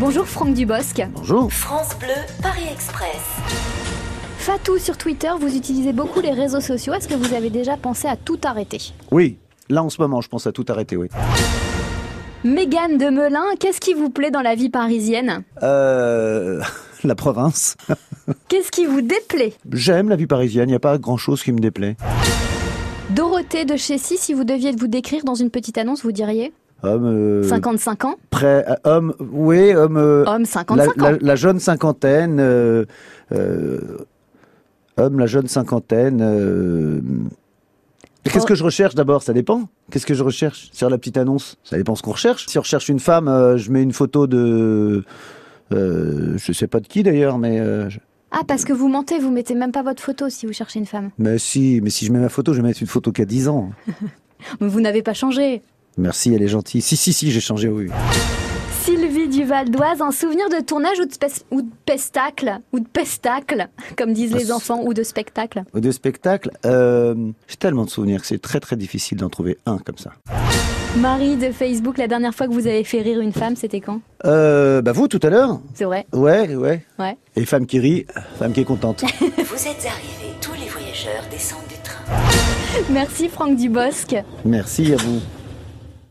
Bonjour Franck Dubosc. Bonjour. France Bleu, Paris Express. Fatou sur Twitter, vous utilisez beaucoup les réseaux sociaux. Est-ce que vous avez déjà pensé à tout arrêter Oui, là en ce moment, je pense à tout arrêter, oui. Mégane de Melun, qu'est-ce qui vous plaît dans la vie parisienne Euh, la province. Qu'est-ce qui vous déplaît J'aime la vie parisienne, il n'y a pas grand-chose qui me déplaît. Dorothée de Chessy, si vous deviez vous décrire dans une petite annonce, vous diriez Homme... euh, 55 ans prêt, euh, homme, oui, homme... euh, Homme, la, 55 Oh, ans la- la jeune cinquantaine... euh, euh, homme, la jeune cinquantaine... euh, Qu'est-ce que je recherche d'abord Ça dépend. Qu'est-ce que je recherche sur la petite annonce Ça dépend ce qu'on recherche. Si on recherche une femme, euh, je mets une photo de... Euh, je sais pas de qui d'ailleurs, mais... euh, je- Ah, parce que vous mentez, vous mettez même pas votre photo si vous cherchez une femme. Mais si, mais si je mets ma photo, je vais mettre une photo qui a 10 ans. Mais vous n'avez pas changé. Merci, elle est gentille. Si, si, si, j'ai changé, oui. Sylvie Duval d'Oise, un souvenir de tournage ou de, spec- ou de pestacle Ou de pestacle, comme disent les Ah, enfants, ou de spectacle Aux deux spectacles, euh, j'ai tellement de souvenirs que c'est très très difficile d'en trouver un comme ça. Marie de Facebook, la dernière fois que vous avez fait rire une femme, c'était quand Euh, bah vous, tout à l'heure C'est vrai Ouais, ouais. Ouais. Et femme qui rit, femme qui est contente. Vous êtes arrivés, tous les voyageurs descendent du train. Merci Franck Dubosc. Merci à vous.